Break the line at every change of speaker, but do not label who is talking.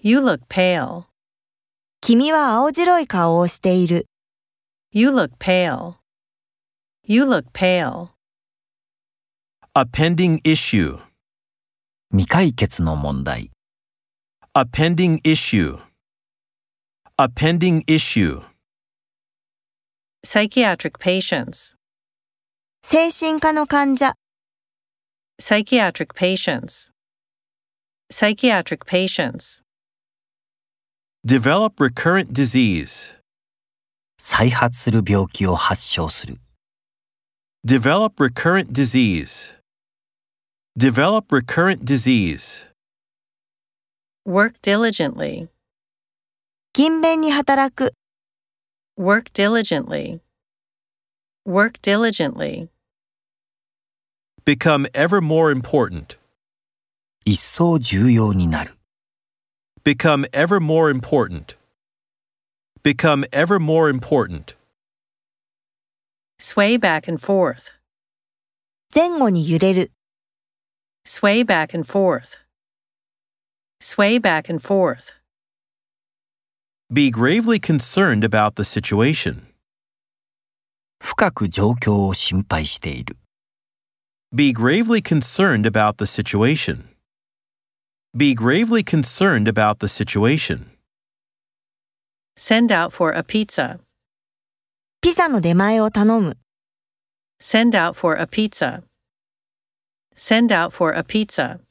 You look pale.
君は青白い顔をしている。
You look pale. You look pale.
A pending issue.
未解決の問題。
A pending issue. A pending issue.
Psychiatric patients.
精神科の患者、
Psychiatric patients. Psychiatric patients.
Develop recurrent disease.
再発する病気を発症する。
Develop recurrent disease. Develop recurrent disease.
Work diligently.
勤勉に働く、
Work diligently. Work diligently.
Become ever more important.
一層重要になる。
Become ever more important. Become ever more important.
Sway back and forth.
前後に揺れる、
Sway back and forth. Sway back and forth.
Be gravely concerned about the situation.
深く状況を心配している。
Be gravely concerned about the situation. Be gravely concerned about the situation.
Send out for a pizza.
ピザの出前を頼む、
Send out for a pizza. Send out for a pizza.